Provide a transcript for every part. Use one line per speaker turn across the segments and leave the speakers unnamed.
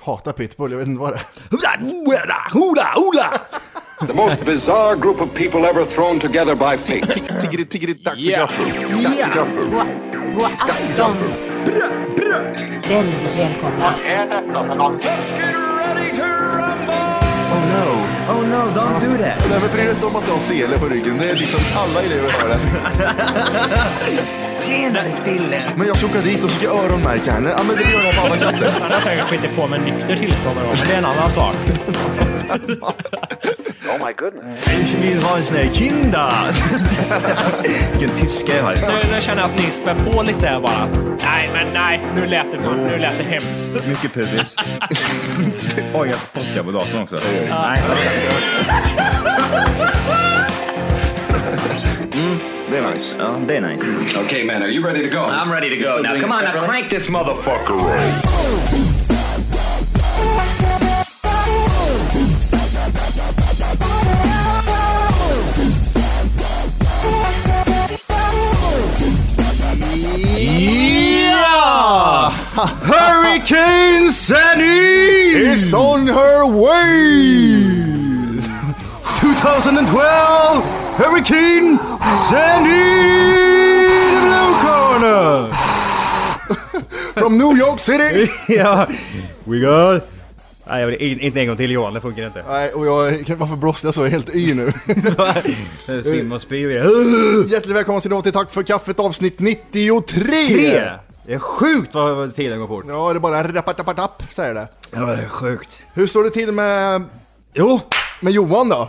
Hatar pitbull, jag vet inte vad det är.
Hula, hula, hula!
The most bizarre group of people ever thrown together by fate.
Tiggeri, tiggeri, dack för
Ja.
gaffel. Dack för gaffel.
God, god afton! Väldigt välkomna.
Oh no, oh no, don't do that.
Nej men bry dig inte om att du har sele på ryggen. Det är liksom alla elever har det.
Senare Dille.
Men jag ska åka dit och ska öronmärka henne. Ja men det gör jag på alla katter.
Han har säkert skitit på med nykter tillstånd någon gång, men det är en annan sak.
Ich will was ne Kinder. Vilken tyska jag har.
Nu, nu känner jag att ni spär på lite här bara. Nej, men nej. Nu lät det, för, nu lät det hemskt.
Mycket pubis. Oj, jag spottar på datorn också. Nej.
Det är nice.
Ja, det är nice.
Okay, man, are you ready to go? I'm ready to go. Now, come on, now crank this motherfucker.
Ja!
Hurricane Sandy!
It's on her way!
2012 Hurricane Sandy the blue corner.
From New York City!
ja, we got... Nej, jag vill in, inte en gång till Johan, det funkar inte.
Nej, och jag, varför blåste jag så? Jag är helt yr nu.
Svim och spy och
Hjärtligt välkomna ska ni vara till Tack för kaffet avsnitt 93!
Tre! Det är sjukt vad vad tiden går fort.
Ja, det är bara rappatapatapp, säger det.
Ja, det är sjukt.
Hur står det till med,
Jo,
med Johan då?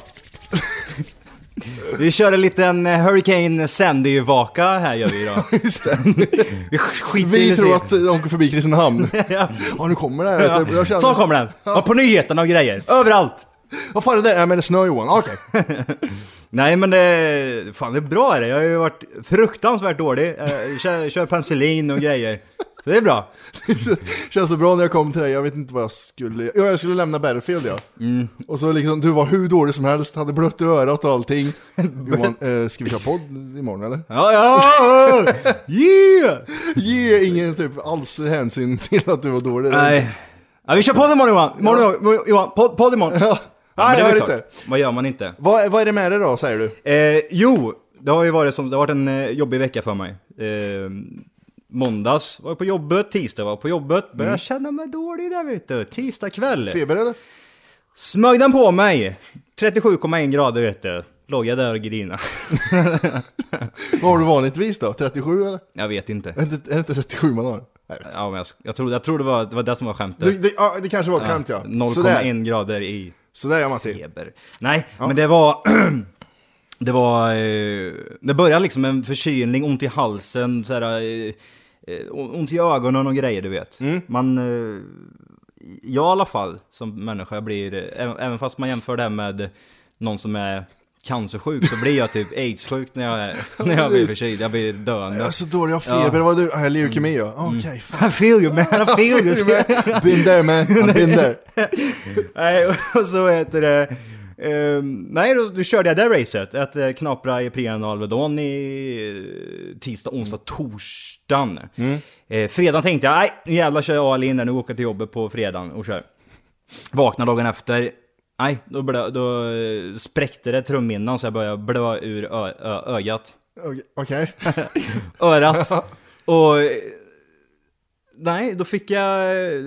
vi kör en liten eh, Hurricane Sandy-vaka här gör vi idag. Just det. vi sk- skiter i
Vi
det
tror
sen.
att de åker förbi Kristinehamn.
Ja.
Ja, nu kommer det här. vet du. Jag känner-
Så kommer den! Ja. På nyheterna och grejer. Överallt!
Vad fan är det? Nej men det är snö Johan. Ah, Okej.
Nej men det, fan det är bra det. Jag har ju varit fruktansvärt dålig. Eh, Kör, kör penicillin och grejer. Så det är bra.
Känns så bra när jag kom till dig. Jag vet inte vad jag skulle... Ja, jag skulle lämna Battlefield ja.
Mm.
Och så liksom, du var hur dålig som helst. Hade blött i örat och allting. Johan, eh, ska vi köra podd imorgon eller?
Ja, ja! Yeah!
Ge ingen typ alls hänsyn till att du var dålig.
Nej. Ja, vi kör podd imorgon Johan. Imorgon, Johan. Johan. Podd, podd imorgon.
Ja.
men
Nej,
det
jag
var
vet
klart.
inte.
Vad gör man inte?
Vad, vad är det med det då, säger du?
Eh, jo, det har ju varit som, det har varit en eh, jobbig vecka för mig. Eh, måndags var jag på jobbet, tisdag var jag på jobbet. Började känna mig dålig där vet du. Tisdag kväll.
Feber eller?
Smög den på mig. 37,1 grader vet du. Låg jag där och grina.
Vad har du vanligtvis då? 37 eller?
Jag vet inte.
Är det inte, är det inte 37 man har? Nej, jag vet inte.
Ja, men jag, jag, tror, jag tror det var det, var det som var skämtet.
Du, det, ja, det kanske var ett skämt ja. Sådär,
0,1 grader i
sådär ja Matti.
feber. Nej, men det var... det var... eh, Det började liksom med en förkylning, ont i halsen, så här, eh, eh, ont i ögonen och grejer du vet. Man... eh, Jag i alla fall, som människa, blir... eh, även- Även fast man jämför det här med någon som är cancersjuk så blir jag typ aidssjuk när jag, när jag blir
precis.
förkyld. Jag blir döende.
Jag är så dålig, jag har feber. Vad du? Ah, leukemi ja.
Mm.
Okej, fan.
I feel you man, I feel you!
Been there man, I've been there.
Nej, och så heter det... ehm, nej, då, då körde jag det racet. Att eh, knapra Ipren och Alvedon i eh, tisdag, onsdag, torsdagen. Eh, fredagen tänkte jag, nej, nu jävlar kör jag all in där, nu åker jag till jobbet på fredagen och kör. Vaknar dagen efter, nej, då, blö, då eh, spräckte det trumhinnan så jag började blöa ur ö, ö, ögat
Okej, Okej.
örat. Och... eh, Nej, då fick jag... eh,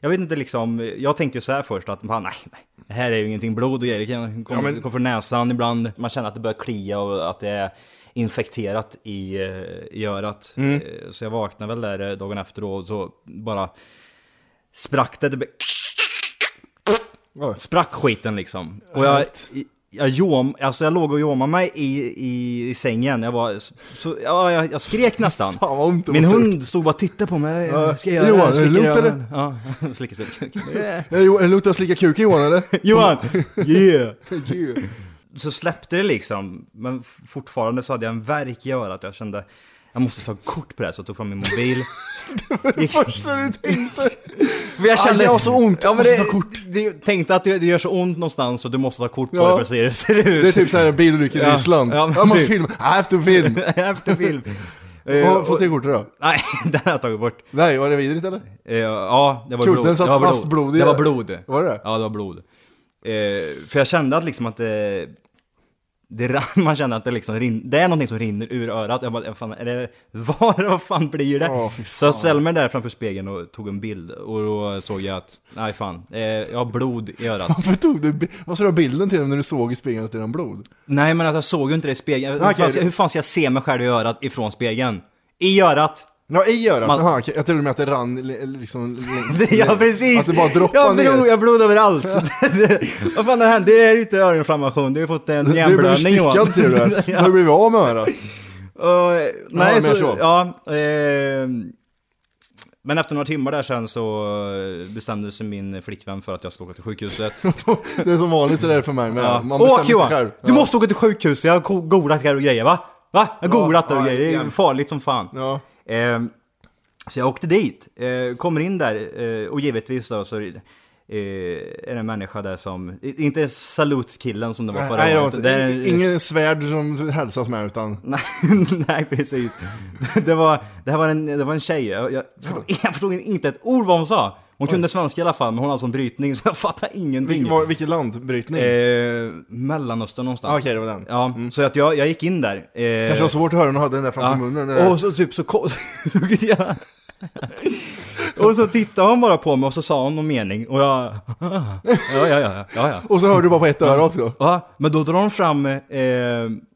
Jag vet inte liksom, jag tänkte ju så här först att fan, nej, nej, det här är ju ingenting blod och grejer. Det kan komma
Ja, men-
kom från näsan ibland. Man känner att det börjar klia och att det är infekterat i, eh, i örat.
Mm.
Eh, Så jag vaknade väl där eh, dagen efter och så bara sprack det. det blev-
Oj.
Sprack skiten liksom. Och jag, jag, jom, alltså jag låg och jomade mig i, i, i sängen. Jag, var, så- så, ja, jag, jag skrek nästan.
Fan vad ont det
Min
måste
hund stod bara och tittade på mig.
Ja,
Ska jag göra
Johan,
det?
är det
Slicker i
lugnt,
öronen? Ja, slicker sig.
gjort. Eh, Jo, eh, Luktar det slicka kuken Johan eller?
Johan! Yeah!
Gud.
Så släppte det liksom, men f- fortfarande så hade jag en värk i örat. Jag kände, jag måste ta kort på det här, så jag tog fram min mobil.
Första du tänkte.
För Ah, jag
Aj, jag har så ont.
Ja, men
Måste
det,
ta
kort. Det, tänkte att det, det gör så ont någonstans och du måste ta kort på
Ja. typ-
det för att se hur det ser ut.
Det är typ såhär bilolyckor i
Ja,
Ryssland.
ja, men
Jag måste
typ.
filma, I have to film.
Efter film. Eh,
Vad får se kortet då?
Nej, den har jag tagit bort.
Nej, var det vidrigt eller?
Eh, ja, det var
Kudden
blod.
satt
det var
fast blod i-
Det var blod.
Var det?
Ja, det var blod. Eh, för jag kände att liksom att det... det rann- man kände att det liksom rin, Det är någonting som rinner ur örat. Jag bara, fan, är det var? Vad fan blir det?
Ja, fy fan.
Så jag ställde mig där framför spegeln och tog en bild. Och då såg jag att, nej fan, eh, jag har blod i örat.
Varför tog du, bi- vad sa du bilden till dem när du såg i spegeln att det rann blod?
nej men alltså, jag såg ju inte det i spegeln. Hur,
Okej,
fan, ska-
du-
hur fan ska jag se mig själv i örat ifrån spegeln? I örat!
Ja, i örat?
Man-
Jaha, okej. jag trodde med att det rann li- liksom... längs-
Ja precis!
Att Alltså, det bara droppade ner.
jag blod, jag blod överallt! Vad fan har hänt? Det är ju inte öroninflammation, du har fått en
Du har blivit
hjärnblödning
styckad ser du. Du har
ja.
blivit av med örat.
Och, nej,
men
så,
jag tror.
ja, ehm, men efter några timmar där sen så bestämde sig min flickvän för att jag skulle åka till sjukhuset.
Det är som vanligt så det är för mig med.
Ja.
Man bestämmer
Åk
sig
Johan!
själv.
Du måste åka till sjukhuset, jag har ko- googlat här och grejer va? Va? Jag har
Ja,
googlat där och
ja,
grejer, det är ju
jämt.
farligt som fan.
Ja.
Ehm, så jag åkte dit, eh, kommer in där eh, och givetvis då så är det- eh, är det en människa där som, i- inte salutkillen som det var
Nej,
förra
nej, det var
året. Det är-
inte, ingen svärd som hälsas med utan...
Nej, nej precis. Det var, det här var, en, det var en tjej, jag, jag, förstod, jag förstod inte ett ord vad hon sa. Hon kunde svenska i alla fall, men hon hade sån brytning så jag fattade ingenting.
Vilken, var, vilken landbrytning?
Eh, Mellanöstern någonstans.
Ah, Okej, det var den.
Ja, så att jag, jag gick in där. Eh,
Kanske var svårt att höra när du hade den där framför munnen. eh.
Ja. Och så typ så, ko- så, ja. Och så tittade hon bara på mig och så sa hon någon mening och jag... Ja, ja, ja, ja, ja.
Och så hörde du bara på ett öra också.
Ja, men då drar hon fram, eh,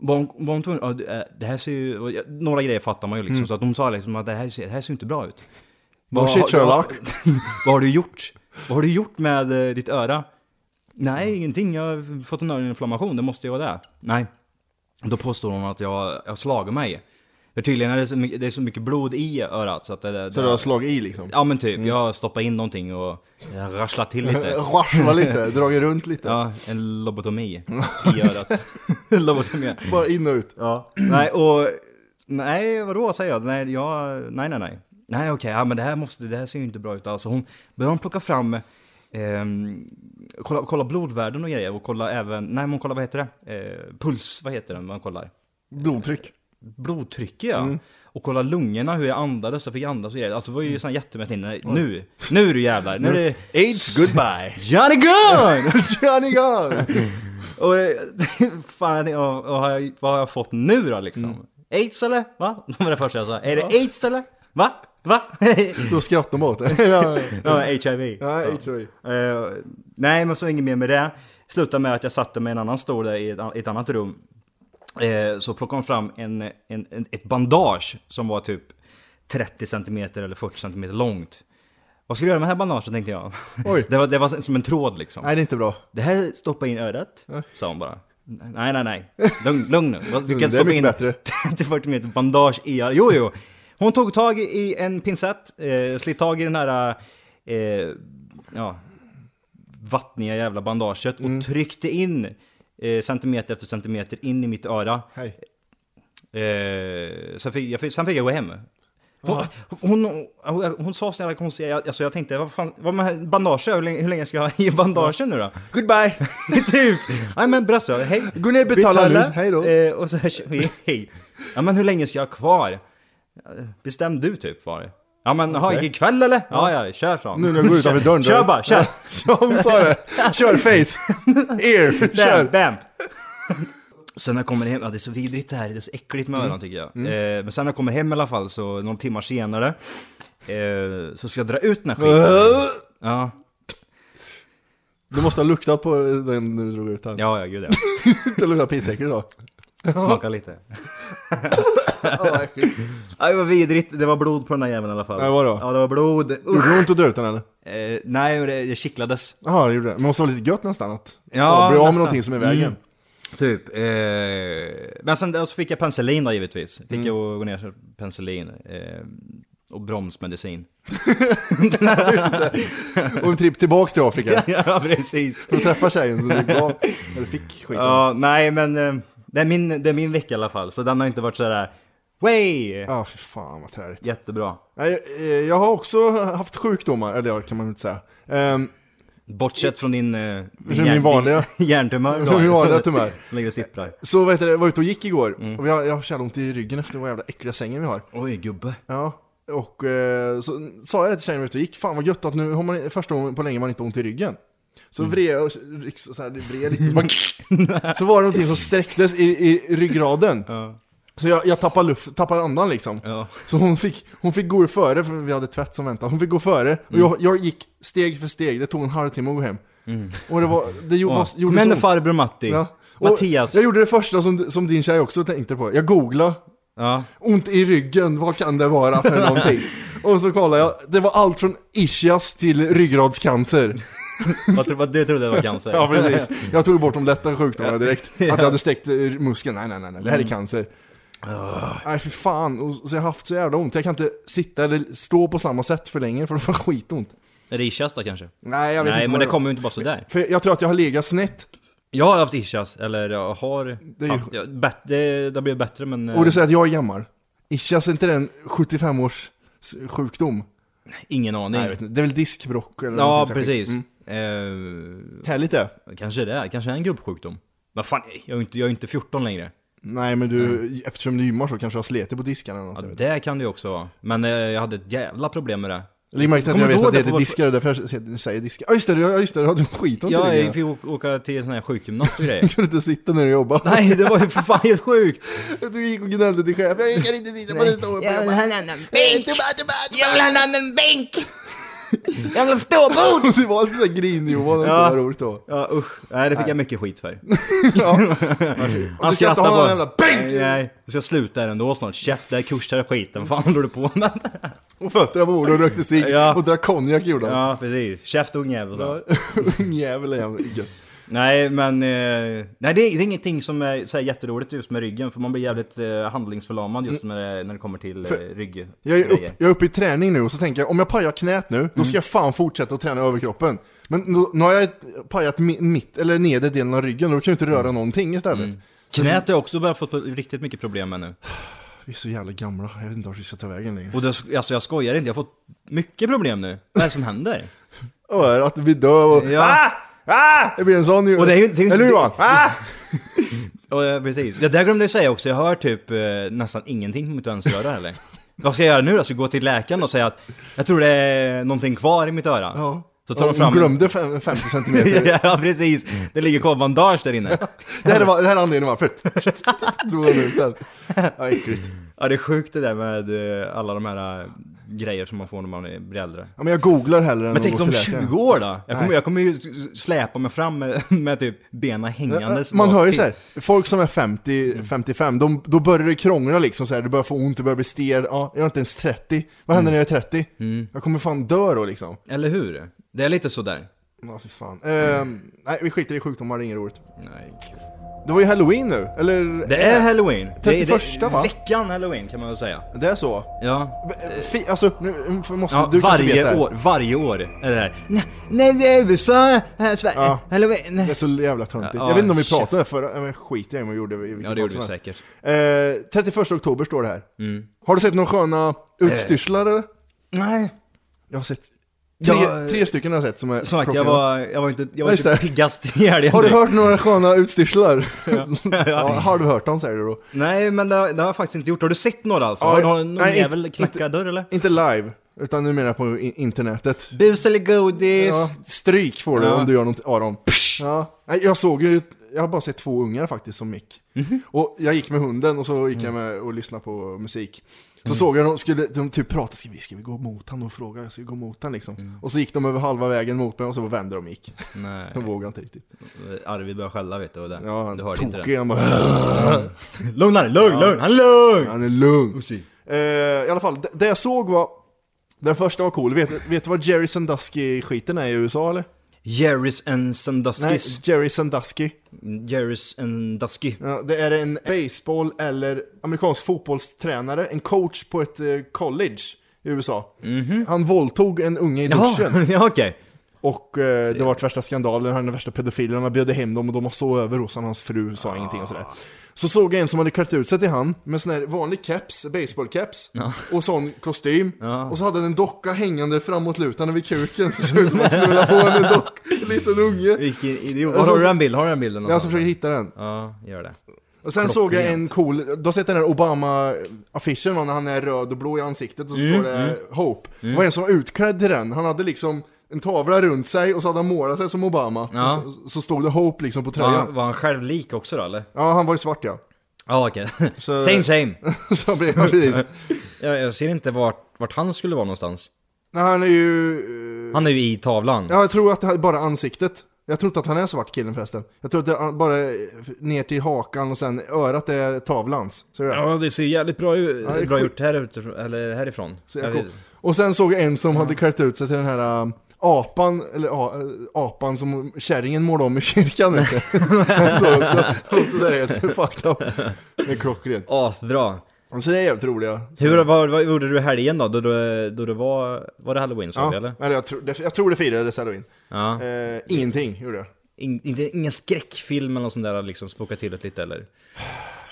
var hon, var hon tvungen, ja, det- eh, det här ser ju, och jag- några grejer fattar man ju liksom,
Mm.
så att hon sa liksom att det här ser, det här ser ju inte bra ut.
No shit Sherlock.
vad har du gjort? Vad har du gjort med eh, ditt öra?
Mm.
Nej, ingenting, jag har fått en öroninflammation, det måste ju vara det. Nej. Då påstår hon att jag, jag har slagit mig. För tydligen är det så mycket, det är så mycket blod i örat så att det, det,
Så du har slagit i liksom.
Ja men typ, jag stoppar in någonting och jag rasslar till lite.
Rassla lite, dragit runt lite.
Ja, en lobotomi i örat. lobotomi.
Bara in och ut.
Ja. Nej, och... Nej, vadå säger jag? Nej, jag, nej, nej, nej. Nej, okej, ja, men det här, måste, det här ser ju inte bra ut alls. Hon börjar hon plocka fram... ehm, kolla, kolla blodvärden och grejer och kolla även... Nej, men hon kollar, vad heter det? Eh, puls, vad heter det man kollar?
Blodtryck.
Blodtrycket, ja. Och kolla lungorna, hur jag andades, jag fick andas och grejer. Alltså det var ju sån jättemätt inne. Nu, nu du jävlar! Nu är det...
Aids goodbye.
Johnny Gun!
Johnny Gunn!
Och eh, fan, jag tänkte, vad, vad, har jag, vad har jag fått nu då liksom? Aids eller? Va? Det var det första jag sa. Är det aids eller? Va? Va?
Då skrattar de åt det. ja,
ja, HIV.
ja,
Så.
HIV.
Eh, nej, men så inget mer med det. Slutade med att jag satte mig i en annan stol där i ett, an- i ett annat rum. Eh, så plockade hon fram en, en, en, ett bandage som var typ 30 cm eller 40 cm långt. Vad ska jag göra med det här bandaget tänkte jag.
Oj.
Det var, det var som en tråd liksom.
Nej, det är inte bra.
Det här stoppa in örat, sa hon bara. Nej, nej, nej. Lugn, lugn nu. Du
Det är
kan stoppa
mycket
in
bättre.
30-40 meter bandage i örat. Jo, jo. Hon tog tag i en pincett, eh, slit tag i den här, eh, ja, vattniga jävla bandaget och
Mm.
tryckte in eh, centimeter efter centimeter in i mitt öra.
Hej.
Eh, sen, fick, jag fick, sen fick jag gå hem. Hon, hon, hon, hon sa sådana jävla konstiga, jag- alltså jag tänkte, vad fan, vad med bandager, hur länge, hur länge ska jag ha i bandagen nu då?
Goodbye!
typ! Nej men bröst, hej!
Gå ner och betala nu. Hej då.
Eh, och så här, hej! Ja men hur länge ska jag ha kvar? Eh, Bestäm du typ var det. Ja men, jaha, ikväll eller? Ja ja, kör fram.
Nu när jag går utanför dörren då.
Kör bara, kör!
Ja, hon sa det. Kör face! Ear!
Bam,
Kör!
bam! Sen när jag kommer hem, ja det är så vidrigt det här, det är så äckligt med
Mm.
öronen tycker jag. Eh, men sen när jag kommer hem i alla fall, så någon timmar senare, eh, så ska jag dra ut den här
Äh.
skiten. Ja,
Du måste ha luktat på den när du drog ut den.
ja, ja gud ja.
Det luktar pissäckligt då.
Smaka lite.
Ja, äckligt.
Ja, det var vidrigt, det var blod på den här jäveln i alla fall.
Ja, vadå?
Ja, det var blod. Usch.
Gjorde det ont att dra ut den eller?
Eh, nej, det, det kittlades.
Jaha, det gjorde det. Men måste vara lite gött nästan att
Ja,
bli av med
nästan.
någonting som är i vägen.
Typ. Eh, men sen där så fick jag penicillin då givetvis. Fick jag gå ner för penicillin. Eh, och bromsmedicin.
Och en tripp tillbaks till Afrika.
Mm. ja, precis.
För att träffa tjejen som du gav, eller fick skiten.
Ja, nej men eh, det, är min, det är min vecka i alla fall. Så den har inte varit sådär, way!
Ja, fy fan vad träligt.
Jättebra.
Nej, eh, Jag har också haft sjukdomar, eller ja, kan man inte säga. Ehm,
Bortsett från din... Eh,
min vanliga.
Hjärntumör. då.
Från min vanliga tumör.
Ligger och sipprar.
Så vet du, jag var ute och gick igår och jag, jag har så jävla ont i ryggen efter den jävla äckliga sängen vi har.
Oj, gubbe.
Ja, och eh, så sa jag det till tjejen när vi var ute och gick, fan vad gött att nu har man första gången på länge man inte har ont i ryggen. Så vred jag och ryck- så här, det vred lite, så, bara, så var det någonting som sträcktes i, i ryggraden. Så jag, jag tappade, luft, tappade andan liksom.
Ja.
Så hon fick, hon fick gå före, för vi hade tvätt som väntade. Hon fick gå före,
Mm.
och jag, jag gick steg för steg, det tog en halvtimme att gå hem. Och det, var, det gjorde,
Mm. Ja.
var, gjorde så
Men
ont.
farbror Matti.
Ja. Och
Mattias.
Jag gjorde det första som, som din tjej också tänkte på. Jag googlade,
Ja.
ont i ryggen, vad kan det vara för någonting? Och så kollade jag, det var allt från ischias till ryggradscancer.
Vad, tro- vad, det trodde jag var cancer.
Ja, precis. Jag tog bort de lätta sjukdomarna direkt. Att jag hade sträckt eh, muskeln, nej, nej, nej, nej, det
Mm.
här är cancer.
Ah.
Nej, för fan. Och så har jag haft så jävla ont. Jag kan inte sitta eller stå på samma sätt för länge, för det var skitont.
Är det ischias då kanske?
Nej, jag vet
Nej,
inte
men
vad
det
var.
kommer ju inte bara sådär.
För jag tror att jag har legat snett.
Jag har haft ischias, eller jag har...
Det är ju-
ja, jag, bet, det, det blir bättre men... eh,
Och det säger att jag är gammal. Ischias, är inte den 75 års sjukdom?
Ingen aning.
Nej, jag vet inte. Mm. Det är väl diskbrock eller
ja,
någonting särskilt.
precis.
Mm.
Eh,
Härligt det.
kanske det är, kanske det är en gruppsjukdom. Vad fan, jag är ju inte, jag är inte 14 längre.
Nej, men du, eftersom du gymmar så kanske jag har slitit på diskarna eller något.
Mm. Ja,
jag vet.
det kan det ju också vara. Men eh, jag hade ett jävla problem med det.
Lägg märke till att
Kommer
jag
du
vet
ihåg
att det
det på
heter
vår-
diskar, det är därför jag säger- säger diskar. Ja, just det, ja, just det, du hade skitont i
Ja,
ryggen.
jag fick å- åka till sån här sjukgymnast och
Du
grejer.
kunde inte sitta när du jobbade.
Nej, det var ju för fan helt sjukt!
Du gick och gnällde till chefen. Jag kan inte sitta på den stolen. Jag vill ha en annan bänk. Jag vill ha en annan bänk. Jag vill ha ståbord. Du var lite sådär grinig Johan, det
Ja.
var roligt då.
Ja usch, nej det fick jag mycket skit för.
Ja.
Han
Du ska inte ha någon jävla
Nej,
bänk!
nej, så jag slutar ändå snart. Käft, det här kursar skiten, fan håller du på med?
Och fötterna på bordet och rökte cigg
Ja.
och drack konjak gjorde han.
Ja precis, käft ungjävel så.
Ungjävel är jävligt gött.
Nej men, eh, nej det är, det är ingenting som är så här jätteroligt just med ryggen för man blir jävligt eh, handlingsförlamad just när det, när det kommer till eh, rygg.
Mm. Jag är, upp,
grejer.
jag är uppe i träning nu och så tänker jag om jag pajar knät nu,
Mm.
då ska jag fan fortsätta att träna överkroppen. Men då, nu har jag pajat mi- mitt, eller nedre delen av ryggen, då kan jag inte
Mm.
röra någonting istället.
Knät har jag också börjat få riktigt mycket problem med nu.
Vi är så jävla gamla, jag vet inte vart vi ska ta vägen längre.
Och det, alltså jag skojar inte, jag har fått mycket problem nu. Vad är det som händer?
Och är att vi dör och...
Ja.
Ah! Ah! Det blir en sån ju.
Och det är ju- det är ju-
Eller hur Johan? Ah!
Ja, ja, precis. Det där glömde jag säga också, jag hör typ eh, nästan ingenting på mitt vänsteröra eller? Vad ska jag göra nu då? Ska jag gå till läkaren och säga att jag tror det är någonting kvar i mitt öra?
Ja.
Så tar de
Hon
fram...
glömde fem- 50 centimeter.
ja, precis. Det ligger kvar bandage där inne.
det, här var, det här är anledningen varför. Drog hon ut den. Ja, äckligt.
Ja, det är sjukt det där med eh, alla de här eh, grejer som man får när man blir äldre.
Ja, men jag googlar hellre än
Men
att
tänk
gå
om
till läkaren.
20 år då? Jag kommer,
Nej.
jag kommer ju släpa mig fram med, med typ benen hängandes.
Eh, Man hör ju
bak
såhär, folk som är
Mm.
50, 55, de, då börjar det krångla liksom såhär, det börjar få ont, det börjar bli stel, ja, jag är inte ens 30, vad händer
Mm.
när jag är 30? Jag kommer fan dö då liksom.
till. Eller hur? Det är lite sådär.
Ja, för fan. Ehm, nej, vi skiter i sjukdomar, det är inget roligt.
Nej.
Det var ju halloween nu, eller?
Det är halloween. Det är-
31:a,
det,
va?
Veckan halloween kan man väl säga.
Det är så?
Ja,
Fi, alltså, nu nu måste
Ja,
du kanske veta.
varje år, varje år är det där. Nej, nej, det är USA, här Sverige,
Ja.
halloween.
Det är
Nej.
så jävla töntigt.
Ja,
jag vet inte om vi
shit.
pratade om det förra, ja, men skit i det, vad vi gjorde vi? i vilken
Ja, det gjorde vi
podd som helst.
säkert. Mm.
Eh, 31 oktober står det här. Har du sett några sköna utstyrslar
Eh.
eller?
Nej,
Jag har sett tre,
Jag-
tre stycken har jag sett som är
eh, som sagt, jag
klockrena.
var, jag var inte, jag var
Just
inte
det.
piggast i helgen.
Har du
direkt.
hört några sköna utstyrslar? ja. har du hört dem säger du då?
Nej, men det, har- det har jag faktiskt inte gjort. Har du sett några alltså?
Ja,
har har någon
nej,
jävel
inte-
knackat dörr eller?
Inte live, utan nu menar jag på i- internetet.
Bus eller godis?
Ja, stryk får du
Ja.
om du gör något av dem. Ja. Nej, jag såg ju, jag har bara sett två ungar faktiskt som gick. Och jag gick med hunden och så gick jag med och lyssnade på musik. Så såg jag de skulle, de typ pratade, ska vi, ska vi gå mot han och fråga, ska vi gå mot han liksom? Och så gick de över halva vägen mot mig och så bara vände de och gick.
Nej,
De vågade inte riktigt.
Arvid började skälla vet du. Och det.
Ja, han
du hörde inte
tokig,
det.
han bara...
Lugn han, lugn, lugn, han är lugn!
Han är lugn.
Usi.
Eh, I alla fall, det, det jag såg var... Den första var cool. Vet, vet du vad Jerry Sandusky-skiten är i USA eller?
Jerry's and Sanduskys.
Jerry Sandusky.
Jerry's and Dusky.
Ja, det är en baseball eller amerikansk fotbollstränare, en coach på ett eh, college i USA. Han våldtog en unge i
Jaha,
duschen.
ja, okej.
Och eh, det var värsta skandalen, han är den värsta pedofilen, han bjöd hem dem och de var så över hos honom, hans fru sa ingenting och sådär. Så såg jag en som hade klätt ut sig till han med sån här vanlig caps, baseballcaps och sån kostym. Och så hade han en docka hängande framåtlutande vid kuken, så det såg ut som att han knullade på en dock, en liten unge.
Vilken idiot.
Alltså,
Har du den bilden? Har du den bilden?
Jag ska
någonstans?
försöka hitta den.
Ja, gör det.
Och sen såg jag en cool, du har sett den här Obama-affischen va, när han är röd och blå i ansiktet och så står det Hope. Det var en som var utklädd till den, han hade liksom en tavla runt sig och så hade han målat sig som Obama.
Ja.
Och så, så stod det Hope liksom på
Var
tröjan.
han, var han själv lik också då eller?
Ja, han var ju svart ja.
Ja okej.
Så-
Same same.
så blev ja, precis.
Jag, jag ser inte vart, vart han skulle vara någonstans.
Nej, han är ju... eh,
Han är ju i tavlan.
Ja, jag tror att det här är bara ansiktet. Jag tror inte att han är svart killen förresten. Jag tror att det är bara eh, ner till hakan och sen örat är tavlans. Ser du det?
Ja, det ser jävligt bra, ut-
det är
bra
sjukt.
gjort här utifrån, eller härifrån.
Så
Eller-
jag kom. Och sen såg jag en som hade klätt ut sig till den här um, apan, eller ja, eh, apan som kärringen målade om i kyrkan. vet du. Jag såg också. Och så där helt fucked up. Det är klockrent.
Asbra.
Och Så det är jävligt roliga.
Hur, vad, vad gjorde du i helgen då? Då, då, då det var, var det halloween sa
Ja,
vi eller?
eller jag, tror, det- jag tror det firades halloween.
Ja.
Eh, ingenting gjorde jag.
In, inte, ingen skräckfilm eller något sånt där har liksom spåkat till det lite eller?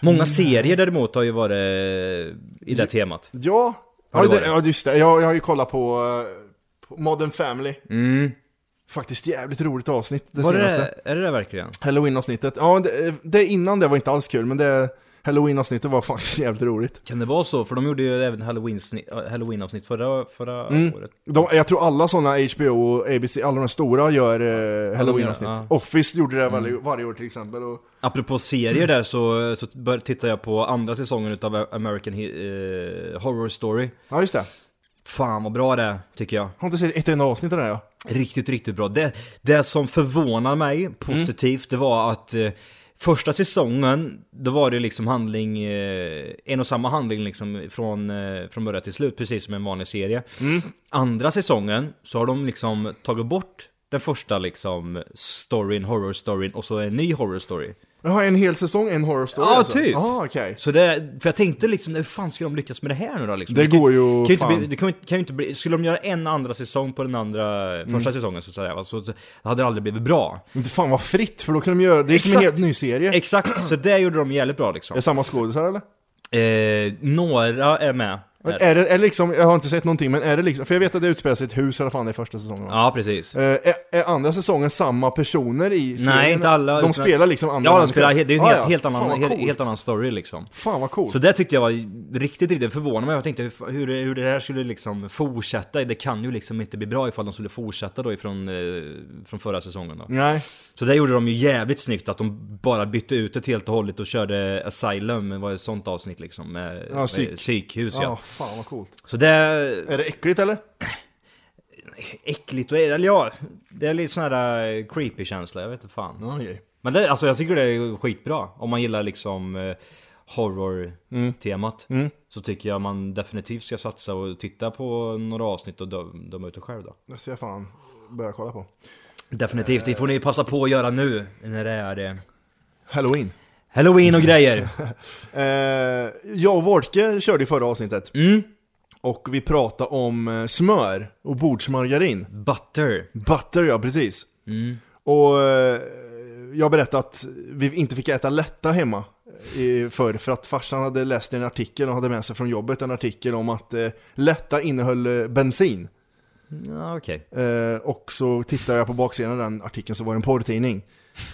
Många serier däremot har ju varit i det temat.
Ja,
Har
ja,
det
det,
varit?
ja just det. Jag, jag har ju kollat på, eh, på Modern Family.
Mm.
Faktiskt jävligt roligt avsnitt, det
Var
senaste.
det, är det det verkligen?
Halloween-avsnittet. Ja, det, eh, det innan det var inte alls kul, men det Halloween-avsnittet var faktiskt jävligt roligt.
Kan det vara så? För de gjorde ju även Halloween-sni- äh, halloween-avsnitt förra, förra året.
De, jag tror alla sådana HBO och ABC, alla de stora gör eh, Halloween-avsnitt.
ja. Mm.
Office gjorde det varje, varje år till exempel. Och,
Apropå serier där så, så bör, tittar jag på andra säsongen utav American Hi- eh, Horror Story.
ja, just det.
Fan vad bra det är, tycker jag.
Har inte sett ett enda avsnitt av det här, ja.
Riktigt, riktigt bra. Det, det som förvånar mig positivt, det var att eh, första säsongen, då var det liksom handling, eh, en och samma handling liksom från, eh, från början till slut, precis som en vanlig serie. Andra säsongen så har de liksom tagit bort den första liksom storyn, horror-storyn och så en ny horror-story.
Jaha, en hel säsong, en horror story
Ja,
alltså.
typ.
Ja, okej.
Så det, för jag tänkte liksom, hur fan ska de lyckas med det här nu då liksom?
Det
kan-
går ju
kan inte bli,
fan.
det kan, ju inte- kan ju inte bli, skulle de göra en andra säsong på den andra,
Mm.
första säsongen så att säga, va, så hade det aldrig blivit bra.
Men det fan vad fritt, för då kan de göra, det är som en
Exakt.
helt ny serie. Är
Exakt, så det gjorde de jävligt bra liksom.
det samma skådisar eller?
Eh, några är med. här.
Är det, är det liksom, jag har inte sett någonting, men är det liksom, för jag vet att det utspelar sig i ett hus i alla fall i första säsongen. va?
Ja, precis.
Eh, är, är andra säsongen samma personer i serien?
Nej, inte alla.
De
utan-
spelar liksom andra
Ja, de
människor?
spelar, det är ju en
Ah,
helt,
ja.
helt,
Fan
annan,
vad
helt,
coolt.
helt annan story liksom.
Fan vad coolt.
Så det tyckte jag var riktigt, riktigt förvånande. Jag tänkte hur, hur det här skulle liksom fortsätta. Det kan ju liksom inte bli bra ifall de skulle fortsätta då ifrån eh, från förra säsongen då.
Nej.
Så det gjorde de ju jävligt snyggt att de bara bytte ut det helt och hållet och körde Asylum, det var ett sånt avsnitt liksom. Med,
Ja, psyk.
med psykhus
Ja,
ja.
Ah, fan vad coolt.
Så det är
Är det äckligt eller?
äckligt och eller ja, det är lite sån här eh, creepy känsla, jag vet inte fan.
Okay.
Men det, alltså jag tycker det är skitbra. Om man gillar liksom eh,
Mm.
horror-temat. Så tycker jag man definitivt ska satsa och titta på några avsnitt och dö- döma ut det själv då.
Det ska jag fan börja kolla på.
Definitivt, det får ni passa på att göra nu när det är eh,
Halloween.
halloween och grejer.
Eh, jag och Wolke körde i förra avsnittet.
Mm.
Och vi pratade om eh, smör och bordsmargarin.
Butter. Mm.
Butter ja, precis. Och eh, jag berättade att vi inte fick äta lätta hemma eh, i- förr för att farsan hade läst en artikel och hade med sig från jobbet en artikel om att eh, lätta innehöll eh, bensin.
Mm, Ja, okej.
Eh, och så tittade jag på baksidan av den artikeln så var det en porrtidning.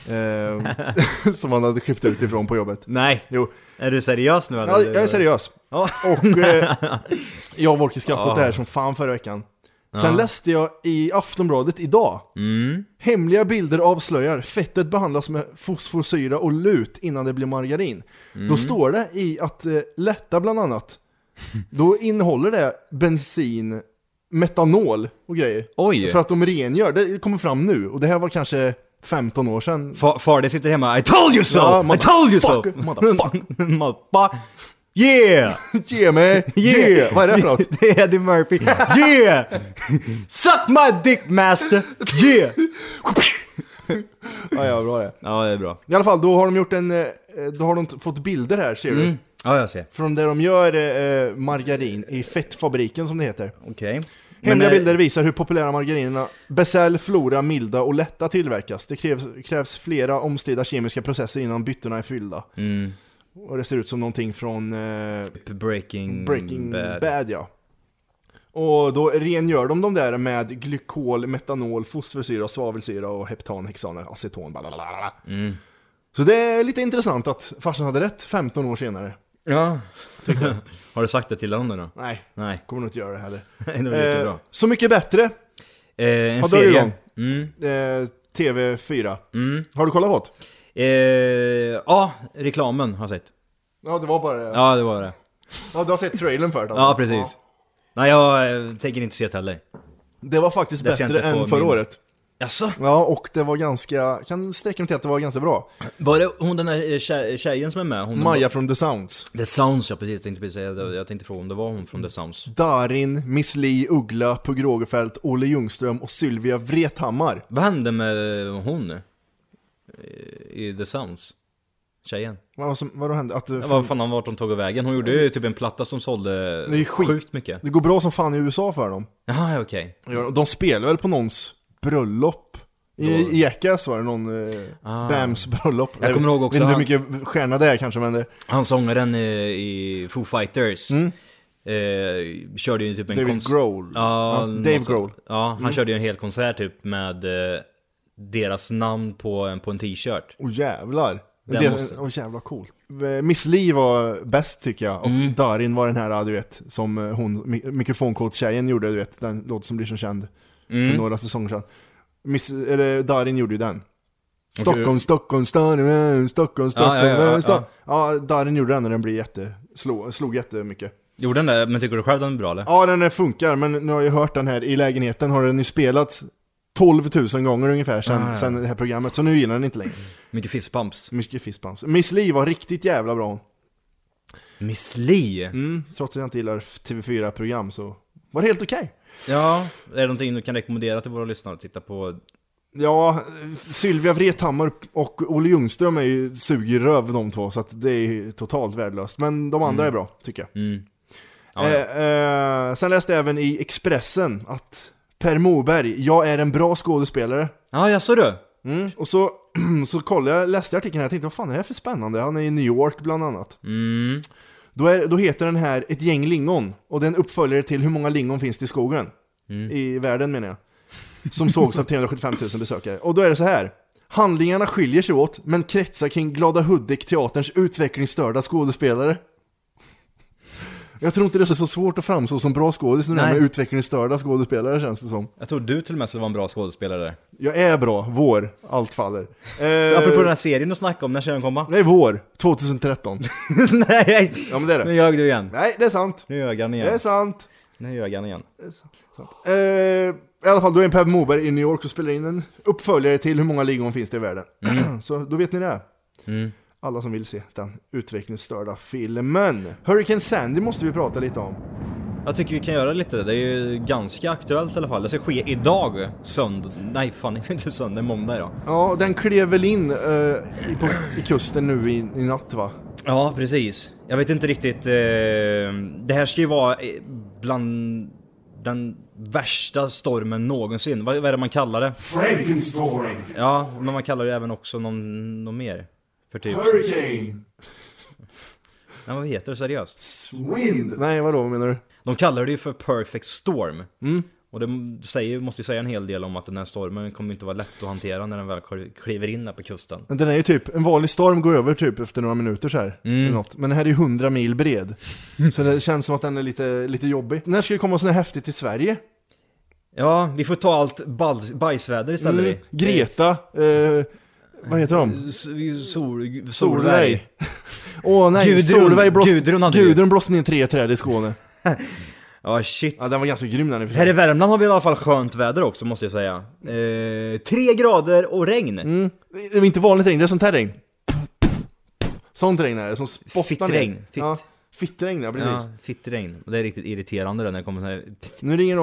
Eh, som han hade klippt ut ifrån på jobbet.
Nej,
Jo,
är du seriös nu
ja, jag är seriös.
Ja.
Och eh, jag och Wolke skrattade åt det här
Ja.
som fan förra veckan. Sen läste jag i Aftonbladet idag.
Mm.
Hemliga bilder avslöjar fettet behandlas med fosforsyra och lut innan det blir margarin. Då står det i att eh, lätta bland annat. Då innehåller det bensin, metanol och grejer.
Oj.
För att de rengör, det kommer fram nu. Och det här var kanske 15 år sedan.
Fa- Fader sitter hemma, I told you so!
Ja,
I told you so!
motherfucker,
Motherfucker. yeah!
Ge mig!
Yeah!
Ge! Vad är det för något?
det är Eddie Murphy. Yeah! Suck my dick master! Yeah!
Ja, ja, bra det.
Ja, det är bra.
I alla fall, då har de gjort en... eh, Då har de t- fått bilder här, ser du.
Ja, jag ser.
Från där de gör eh, margarin i fettfabriken som det heter.
Okej.
Hemliga
eh,
bilder visar hur populära margarinerna Becel, Flora, Milda och Lätta tillverkas. Det krävs, krävs flera omstridda kemiska processer innan byttorna är fyllda.
Mm.
Och det ser ut som någonting från eh,
Breaking,
Breaking
Mm, Bad.
Bad. ja. Och då rengör de de där med glykol, metanol, fosforsyra, svavelsyra och heptan, hexan, aceton, blablabla.
Mm.
Så det är lite intressant att farsan hade rätt 15 år senare.
Ja. Har du sagt det till andra då?
Nej,
Nej,
kommer nog inte göra det heller.
det var lika bra.
Eh, så mycket bättre,
Eh, en
ja, då är det
serie.
igång.
Mm.
eh, TV4.
Mm.
Har du kollat på det?
Eh, ja, reklamen har jag sett.
Ja, det var bara det. Ja.
Ja, det var det.
du har sett trailern först alltså.
Ja, precis. Nej, jag eh, tänker inte se det heller.
Det var faktiskt
Det ser
bättre
jag inte på
än förra
min-
året.
Jaså?
Ja, och det var ganska, kan sträcka mig till att det var ganska bra.
Var det hon den där eh, tje- tjejen som är med? Hon
Maja från The Sounds.
The Sounds, ja precis. Jag tänkte, precis säga det. jag tänkte fråga om det var hon från The Sounds.
Darin, Miss Li, Uggla, Pugh Rogefeldt, Olle Ljungström och Sylvia Vrethammar.
Vad hände med hon nu? Eh, I The Sounds? Tjejen?
Vad, var som- vad då hände? Att, eh, det-
Ja, Vad fan vart hon tog vägen? Hon gjorde ju typ en platta som sålde
Det är skit.
sjukt mycket.
det går bra som fan i USA för dem.
Jaha, ja, okej.
Ja, och De spelar väl på någons bröllop? I
Då-
i Jackass var det någon eh,
Ah.
Bams bröllop.
Jag kommer ihåg också
Vet inte hur mycket stjärna det är kanske, men det,
Han sångaren i, i Foo Fighters eh, körde ju typ en
David
kons-
Grohl.
Ja,
Ja,
något
Dave
sånt.
Grohl. Mm.
Ja, han körde ju en hel konsert typ med eh, deras namn på en, på en t-shirt.
Åh jävlar.
Den
det,
måste-
Åh jävlar coolt. Eh, Miss Li var bäst tycker jag, och
Mm.
Darin var den här, du vet, som eh, hon, mi- mikrofoncoach-tjejen gjorde, du vet, den låt som blir så känd
Mm.
för några säsonger sedan. Miss, eller Darin gjorde ju den. Stockholm, Stockholm, Stockholm, Stockholm, Stockholm,
ja, ja, ja.
Stockholm. Ja, Darin gjorde den när den blev jätte, slog, slog jättemycket.
Gjorde den där, men tycker du själv den är bra eller?
Ja, den där funkar, men nu har jag hört den här i lägenheten, har den ju spelats 12 000 gånger ungefär sen,
Ah, ja.
sen det här programmet, så nu gillar den inte längre.
Mycket fistbumps.
Mycket fistbumps. Miss Li var riktigt jävla bra hon.
Miss Li!
Mm, trots att jag inte gillar TV4-program så var det helt okej.
Ja, är det någonting du kan rekommendera till våra lyssnare att titta på?
Ja, Sylvia Vrethammar och Olle Ljungström är ju suger röv de två, så att det är ju totalt värdelöst. Men de andra är bra, tycker jag.
Mm. Ja, ja.
Eh, eh, sen läste jag även i Expressen att Per Moberg, jag är en bra skådespelare.
ja jag såg du!
Mm. Och så, så kollade jag, läste jag artikeln här och tänkte, vad fan är det här för spännande? Han är i New York bland annat.
Mm.
Då, är, då heter den här Ett gäng lingon och den uppföljare till Hur många lingon finns det i skogen?
Mm.
I världen menar jag. Som sågs av 375 000 besökare. Och då är det så här. Handlingarna skiljer sig åt men kretsar kring Glada Hudik-teaterns utvecklingsstörda skådespelare. Jag tror inte det är så svårt att framstå som bra skådis när det här
Nej.
med utvecklingsstörda skådespelare känns det som.
Jag tror du till och med skulle vara en bra skådespelare.
Jag är bra, vår, allt faller. Eh,
Apropå den här serien du snackade om, när ska den komma?
Nej, vår, 2013.
Nej!
Ja men det är
Nu
det.
ljög du igen.
Nej, det är sant.
Nu ljög han
Det är
igen.
sant.
Nu ljög han igen.
Eh, I alla fall, då är Per Moberg i New York och spelar in en uppföljare till Hur många lingon finns det i världen? Så då vet ni det. Alla som vill se den utvecklingsstörda filmen. Hurricane Sandy måste vi prata lite om.
Jag tycker vi kan göra lite, det är ju ganska aktuellt i alla fall. Det ska ske idag, söndag. Nej fan, det är inte söndag, det är måndag idag.
Ja, den klev väl in eh, i, på, i kusten nu i, i natt va?
Ja, precis. Jag vet inte riktigt, eh, det här ska ju vara eh, bland den värsta stormen någonsin. Vad, vad är det man kallar det?
Frankenstoring!
Ja, men man kallar det även också någon, någon mer. För typ,
Hurricane!
nej, vad heter det seriöst?
Wind! Nej, vadå menar du?
De kallar det ju för perfect storm.
Mm.
Och det säger, måste ju säga en hel del om att den här stormen kommer inte vara lätt att hantera när den väl kliver in här på kusten.
Men Den är ju typ, en vanlig storm går över typ efter några minuter så här.
Mm.
Eller något. Men den här är ju 100 mil bred. Så det känns som att den är lite, lite jobbig. När ska det komma sådana här häftigt till Sverige?
Ja, vi får ta allt bals- bajsväder istället. Eh,
Mm, Greta, eh, vad heter de?
Sol, sol,
Solveig. Åh nej,
Gudrun.
Solveig blåst,
Gudrun hade
Gudrun blåste ner tre träd i Skåne.
Ja, shit.
Ja, den var ganska grym den i och för
Här
sig.
i Värmland har vi i alla fall skönt väder också måste jag säga. Eh, tre grader och regn.
Mm. Det är inte vanligt regn, det är sånt här regn. Sånt regn är det, som spottar
Fittregn,
ner.
fitt.
Ja, fittregn, ja precis.
Ja, fitt regn. Det är riktigt irriterande det när det kommer så här
Nu ringer någon